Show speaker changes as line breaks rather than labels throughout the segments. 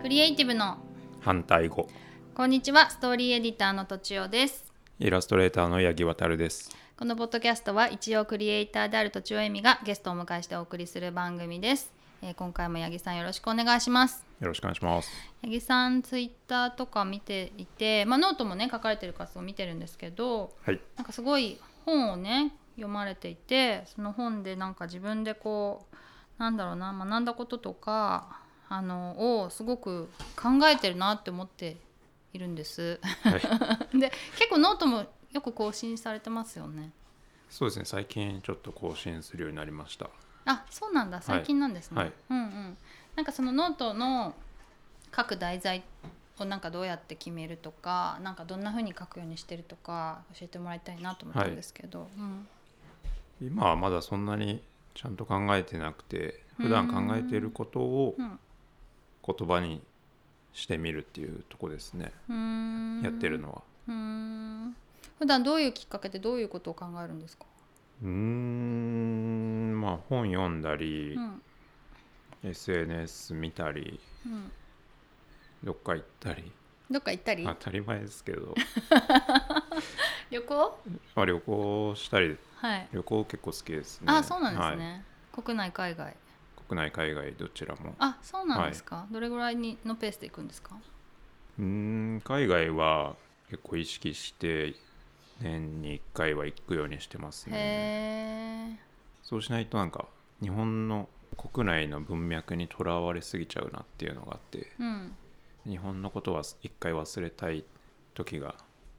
クリエイティブの
反対語
こんにちはストーリーエディターのとちおです
イラストレーターの八木渉です
このポッドキャストは一応クリエイターであるとちおえみがゲストをお迎えしてお送りする番組です、えー今回も八木さんよろしくお願いします
よろしくお願いします
八木さんツイッターとか見ていてまあノートもね書かれてるからすごい見てるんですけど
はい
なんかすごい本をね読まれていてその本でなんか自分でこうなんだろうな学んだこととかあのをすごく考えてるなって思っているんです。
はい
で結構ノートもよく更新されてますよね。
そうですね最近ちょっと更新するようになりました
あそうなんだ最近なんですね。
はい
うんうん。なんかそのノートの書く題材をなんかどうやって決めるとかなんかどんな風に書くようにしてるとか教えてもらいたいなと思ったんですけど。うん
今はまだそんなにちゃんと考えてなくて普段考えていることを
うん
言葉にしてみるっていうとこですね
うーん
やってるのは
うーん普段どういうきっかけでどういうことを考えるんですか、
うーんまあ本読んだり、
うん、
SNS 見たり
うん、
どっか行ったり
どっか行ったり、
当たり前ですけ ど
旅行
まあ旅行したり
はい、
旅行結構好きですね
あそうなんです
はい
ね、国内海外
国内海外どちらも
あそうなんですか、どれぐらいにのペースで行くんですか
うーん海外は結構意識して年に1回は行くようにしてますね
へえ
そうしないとなんか日本の国内の文脈にとらわれすぎちゃうなっていうのがあって
うん
日本のことは一回忘れたい時が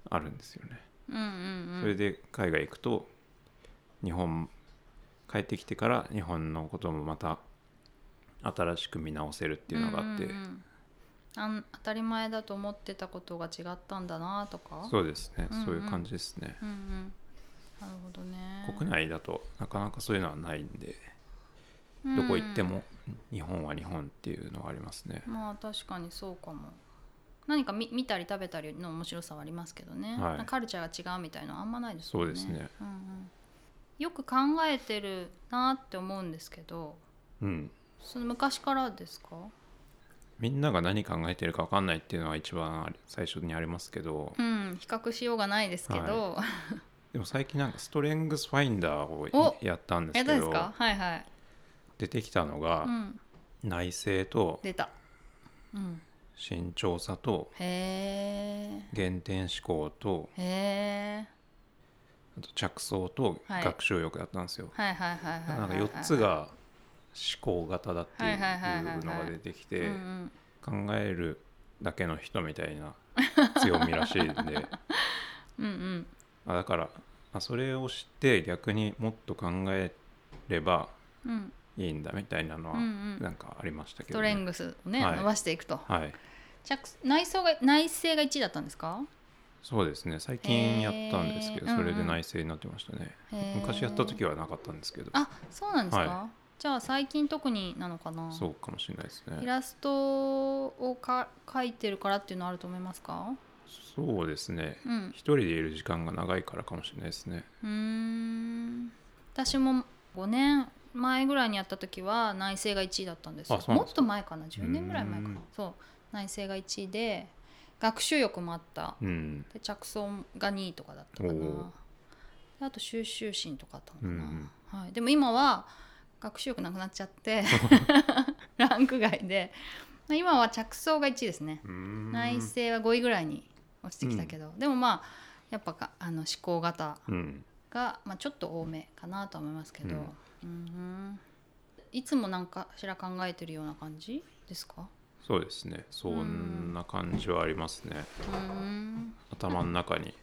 あるんですよね、
うんうん
そ
うん
れで海外行くと日本帰ってきてから日本のこともまた新しく見直せるっていうのがあって、
うんうんうんあん当たり前だと思ってたことが違ったんだなとかう、
そうですね、
うんうん
そういう感じですね、
うんうん、なるほどね
国内だとなかなかそういうのはないんで
うん
どこ行っても日本は日本っていうのはありますね、
まあ確かにそうかも何か見見たり食べたりの面白さはありますけどね、
はい
カルチャーが違うみたいのはあんまないです
そうですね
うんうんよく考えてるなって思うんですけど
うん、
その昔からですか
みんなが何考えてるか分かんないっていうのは一番あり最初にありますけど、
うん比較しようがないですけど、
でも最近なんかストレングスファインダーを
お
やったんで
やっ
す
た
け
です
ど
かはいはい、
出てきたの
う
が
ん、
内政と
出た、うん、
慎重さと
へ
原点思考と
えへえ
あと着想と
はい
学習欲だったんですよ、
はいはいはいはい
なん
は
か
いはい
4つが思考型だってい
はいはいはいはいはいう
のが出てきて、
うんうん
考えるだけの人みたいな強みらしいん で
うんうん
あだからあそれを知って逆にもっと考えれば
うん
いいんだみたいなのは
うんうん
なんかありました
ス
けど
ト
ね、
レングスをね、
はい
伸ばしていくと
はい
着内装が内製が1位だったんですか
そうですね最近やったんですけど、
へー
それで内政になってましたね、
へー
昔やった時はなかったんですけど
あそうなんですか、
は
じゃあ最近特になのかな
そうかもしれないです
イ
ね
ラストをか描いてるからっていうのはあると思いますか
そうですね
うん
一人でいる時間が長いからかもしれないですね
うーん私も5年前ぐらいにやった時は内政が1位だったんですよ
あそうな
も
んで
っ
す
と前かな10年ぐらい前かな
うーん
そう内政が1位で学習欲もあった
うん
で着想が2位とかだったかな
お
で
ー
あと収集心とかあったのかな、
うん
はい、でも今は学習力なくなっちゃって ランク外でまあ今は着想が1位ですね
うーん
内政は5位ぐらいに落ちてきたけど、でもまあやっぱかあの思考型
うん
が、まあ、ちょっと多めかなとは思いますけど、
う
う
ん
んいつも何かしら考えてるような感じですか
そうですねそんな感じはありますね、
うん
頭の中に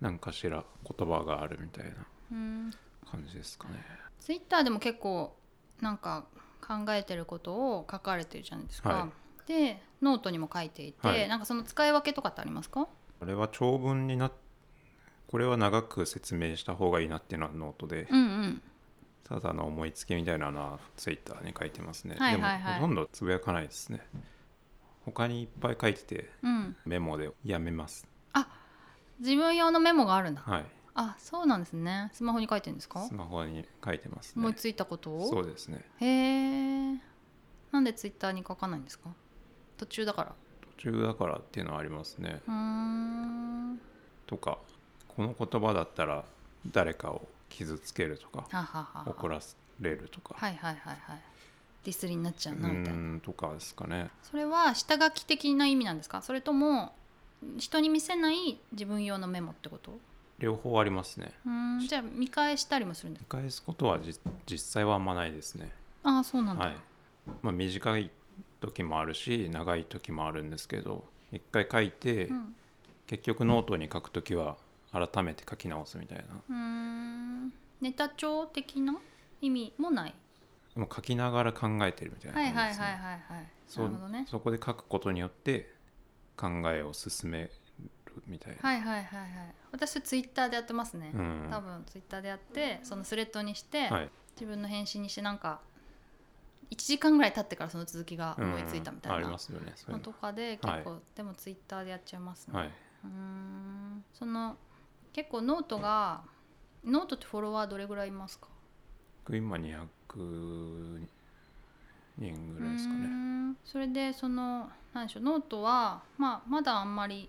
何かしら言葉があるみたいな
うん
感じですかね
ツイッターでも結構なんか考えてることを書かれてるじゃないですか。
は
でノートにも書いていて、
はい
なんかその使い分けとかってありますか？
これは長文になっこれは長く説明した方がいいなっていうのはノートで、
うんうん。
ただの思いつきみたいなのはツイッターに書いてますね、
はいはいはい
でもほとんどつぶやかないですね他にいっぱい書いてて
うん。
メモでやめます
自分用のメモがあるんだ。
はい
あ、そうなんですね。スマホに書いてるんですか
ス？マホに書いてます
思
ね
いついたことを？
そうですね
へえ。なんでツイッターに書かないんですか？途中だから
途中だからっていうのはありますね
うーん
とかこの言葉だったら誰かを傷つけるとか
はははは
怒らせれるとか、
はいはいはいはいディスりになっちゃう
う
なみたいな
ーんとかですかね
それは下書き的な意味なんですかそれとも人に見せない自分用のメモってこと
両方ありますね
うーんじゃあ見返したりもするんです
見返すことはじ実際はあんまないですね
ああそうなんだ、
はい、まあ、短い時もあるし長い時もあるんですけど一回書いて、
うん
結局ノートに書く時は改めて書き直すみたいな
うーんネタ帳的な意味もない、
でも書きながら考えてるみたいな
はいはいは
感じ
い
です
はい
ね
はい
そ
な
う
るほどね
そこで書くことによって考えを進めるみたいな、
はいはいはいはい私ツイッターでやってますね、
うん
多分ツイッターでやってそのスレッドにして、
はい
自分の返信にしてなんか1時間ぐらい経ってからその続きが思いついたみたいな、
うんありますよねそうい
の
うの
とかで結構、でもツイッターでやっちゃいますね、
はいう
ーんその結構ノートがノートってフォロワーどれぐらいいますか
僕今200人ぐらいですか
うー
ね
んそれでそのなんでしょうノートは、まあ、まだあんまり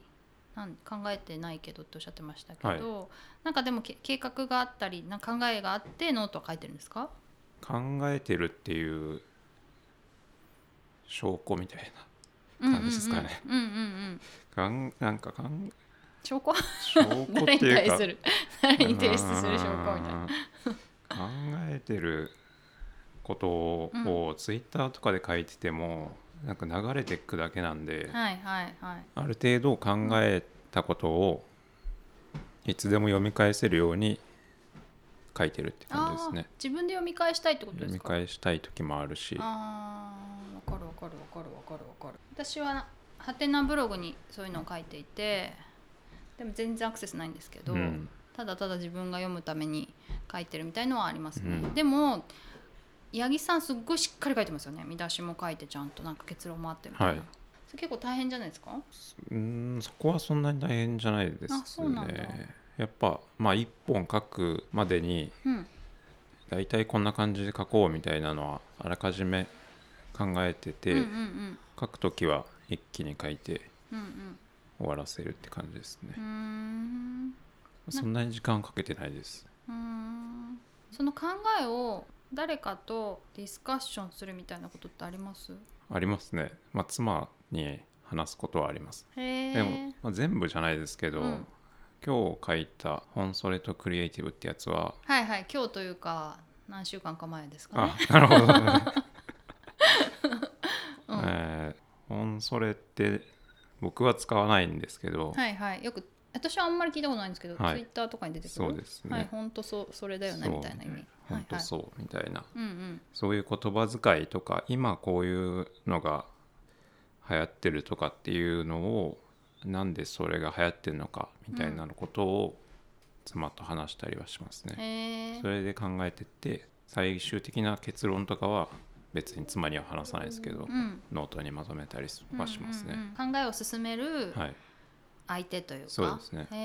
なん考えてないけどっておっしゃってましたけど、
はい
なんかでもけ計画があったりなんか考えがあってノートは書いてるんですか
考えてるっていう証拠みたい感じですかね。
うんうんうんうんうんうん、
な かんなんかか ん
証拠
証拠っ
誰に
ていう
対
か
する誰に提出する証拠みたいな。
うん考えてることを
うん
をツイッターとかで書いてても、なんか流れてくだけなんで、
はいはいはい。
ある程度考えたことをいつでも読み返せるように書いてるって感じです
あ
ね
ー。自分で読み返したいってことで
読
す
み
か
返したい時もあるし、
あーわかるわかるわかるわかるわかる私はハテナブログにそういうのを書いていてでも全然アクセスないんですけど、
うん
ただただ自分が読むために書いてるみたいのはありますね、
うん
でも八木さんすっごいしっかり書いてますよね見出しも書いてちゃんとなんか結論もあってみたいな、
はい
それ結構大変じゃないですか
うんそこはそんなに大変じゃないですね
あそうなんだ
やっぱまあ1本書くまでに
うん
大体こんな感じで書こうみたいなのはあらかじめ考えてて、
うんうんうん
書くときは一気に書いて
うんうん
終わらせるって感じですね
うー、ん
そんなに時間かけてないです
うーんその考えを誰かとディスカッションするみたいなことってあります
ありますねまあ妻に話すことはあります
へ
でも、
え
まあ、全部じゃないですけど、
うん
今日書いた「本それとクリエイティブ」ってやつは
はいはい今日というか何週間か前ですかね
あなるほどね、
うん
えー本それって僕は使わないんですけど、
はいはいよく私はあんまり聞いたことないんですけど、
はい
ツイッターとかに出てくる
そうですね
はい本当そうそれだよね
そう
みたいな意味
本当
う、
そうみたいな、
はいはい、うん
そういう言葉遣いとか今こういうのが流行ってるとかっていうのをなんでそれが流行ってるのかみたいなことを妻と話したりはします
うん
ね。
へえ
それで考えてって最終的な結論とかは別に妻には話さないですけ
う
ど、
ん
ノートにまとめたりはしますね。
うんうんうん考えを進める
はい、
相手というか、
そうですね
へ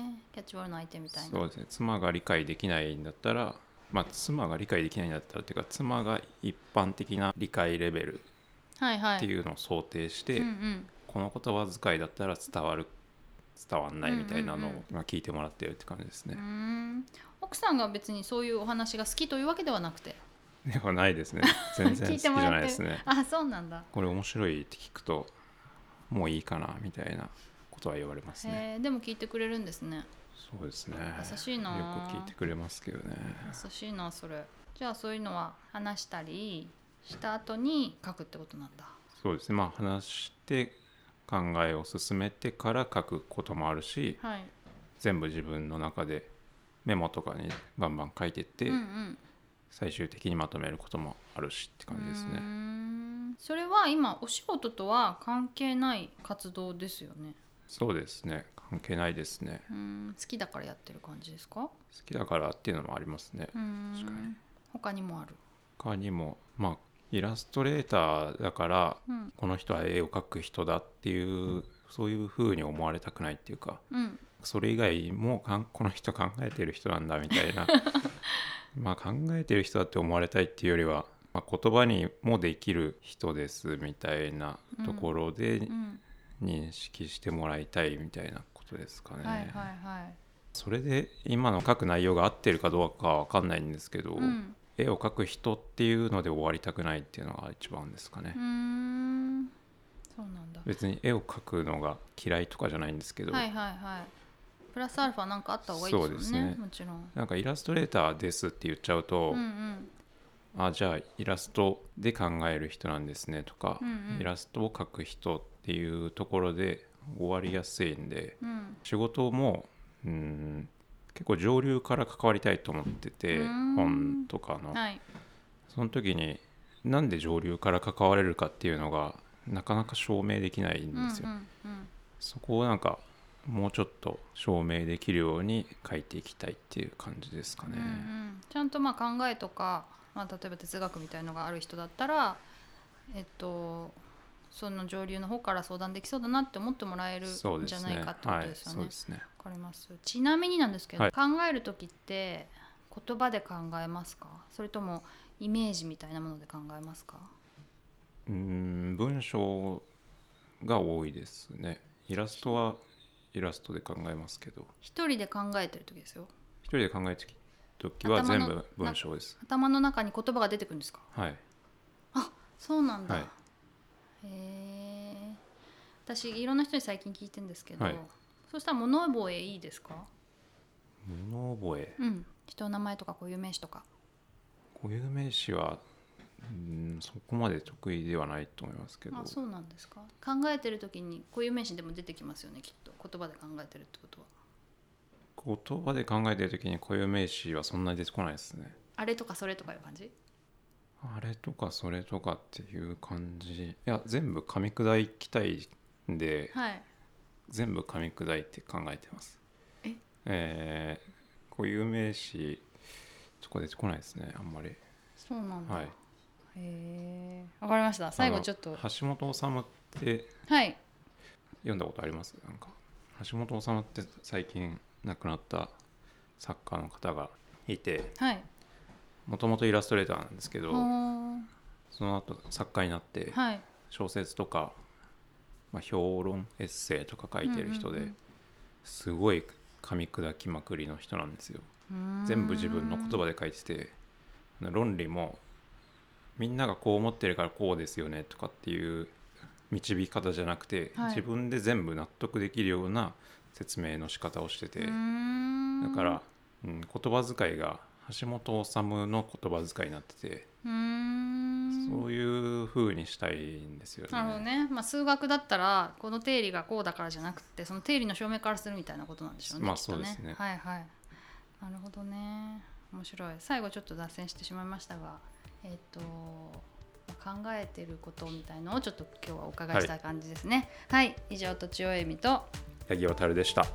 えキャッチボールの相手みたいな
そうですね妻が理解できないんだったらまあ妻が理解できないんだったらっていうか妻が一般的な理解レベル
はいはい
っていうのを想定して、
うんうん
この言葉遣いだったら伝わる伝わんないみたいなのを
うんうんうん
まあ聞いてもらってるって感じです
う
ね
ー、ん奥さんが別にそういうお話が好きというわけではなくて
ではないですね全
聞
然好
い
きじ
て
ゃ
もらってる
ないですね
あそうなんだ、
これ面白いって聞くともういいかなみたいなことは言われますね
へえでも聞いてくれるんですね
そうですね
優しいな
よく聞いてくれますけどね
優しいなそれじゃあそういうのは話したりした後に書くってことなんだ
そうですねまあ話して考えを進めてから書くこともあるし
はい
全部自分の中でメモとかにバンバン書いてって、
うんうん
最終的にまとめることもあるしって感じです
うー
ね
んそれは今お仕事とは関係ない活動ですよね
そうですね関係ないですね
うーん好きだからやってる感じですか
好きだからっていうのもありますね
うーん
確かに
他にもある
他にもまあイラストレーターだから
うん
この人は絵を描く人だっていうそういう風に思われたくないっていうか
うん
それ以外もかんこの 人考えてる人なんだみたいなまあ考えてる人だって思われたいっていうよりはまあ、言葉にもできる人ですみたいなところで
うん
認識してもらいたいみたいなことですかね。
はいはいはい
それで今の書く内容が合ってるかどうかは分かんないんですけど、
うん
絵を描く人っていうので終わりたくないっていうのが一番ですかね
うー。んそうなんだ
別に絵を描くのが嫌いとかじゃないんですけど、
はいはいはいプラスアルファなんかあった方がいいですよね
そうですね
もちろん
なんかイラストレーターですって言っちゃうと、
うんうん
あじゃあイラストで考える人なんですねとか、
うんうん
イラストを描く人っていうところで終わりやすいんで
うん
仕事もうん結構上流から関わりたいと思ってて
うん
本とかの、
はい
その時になんで上流から関われるかっていうのがなかなか証明できないんですよ、
うんうんうん
そこをなんかもうちょっと証明できるように書いていきたいっていう感じですかね、
うんうんちゃんとまあ考えとか、まあ、例えば哲学みたいのがある人だったらえっとその上流の方から相談できそうだなって思ってもらえる
そうんで
じゃ
す
ない
ね
かってこ
は
と
い
ですよね。
そうですね
わかりますちなみになんですけど、
はい
考える時って言葉で考えますかそれともイメージみたいなもので考えますか
うーん文章が多いですねイラストはイラストで考えますけど
一人で考えてる時ですよ
一人で考えてる時は全
頭の
部文章です
頭の中に言葉が出てくるんですか
はい
そうなんだ、
はい
へえ私いろんな人に最近聞いてんですけど、
はい
そうしたら物覚えいいですか
物覚え
うん人の名前とか固有名詞とか
固有名詞はうんそこまで得意ではないと思いますけど
あそうなんですか考えてる時に固有名詞でも出てきますよねきっと言葉で考えてるってことは
言葉で考えてる時に固有名詞はそんなに出てこないですね
あれとかそれとかいう感じ
あれとかそれとかっていう感じいや全部噛み砕いきたいんで
はい
全部噛み砕いて考えてます
え
えー固有名詞とか出てこないですねあんまり
そうなんだ、
はい
へえわかりました最後ちょっ
あ
と
の橋本治って
はい
読んだことありますなんか橋本治って最近亡くなった作家の方がいて
はい
もともとイラストレーターなんですけ
あ
ど
ー
その後作家になって
はい
小説とか、まあ、評論エッセイとか書いてる人で、
うんうんうん
すごい噛み砕きまくりの人なんですよ
うーん
全部自分の言葉で書いてて論理もみんながこう思ってるからこうですよねとかっていう導き方じゃなくて、
はい
自分で全部納得できるような説明の仕方をしてて、
うーん
だから、うん、言葉遣いが橋本治の言葉遣いになってて、
うーん
そういう風にしたいんですよね。
なるほどね、まあ、数学だったらこの定理がこうだからじゃなくてその定理の証明からするみたいなことなんでしょうね。
まあ
きっと
そうですね
はいはい。なるほどね。面白い。最後ちょっと脱線してしまいましたが、えっ、と考えてることみたいのをちょっと今日はお伺いしたい感じですね。はい、以上とちおえみと
八木渡でした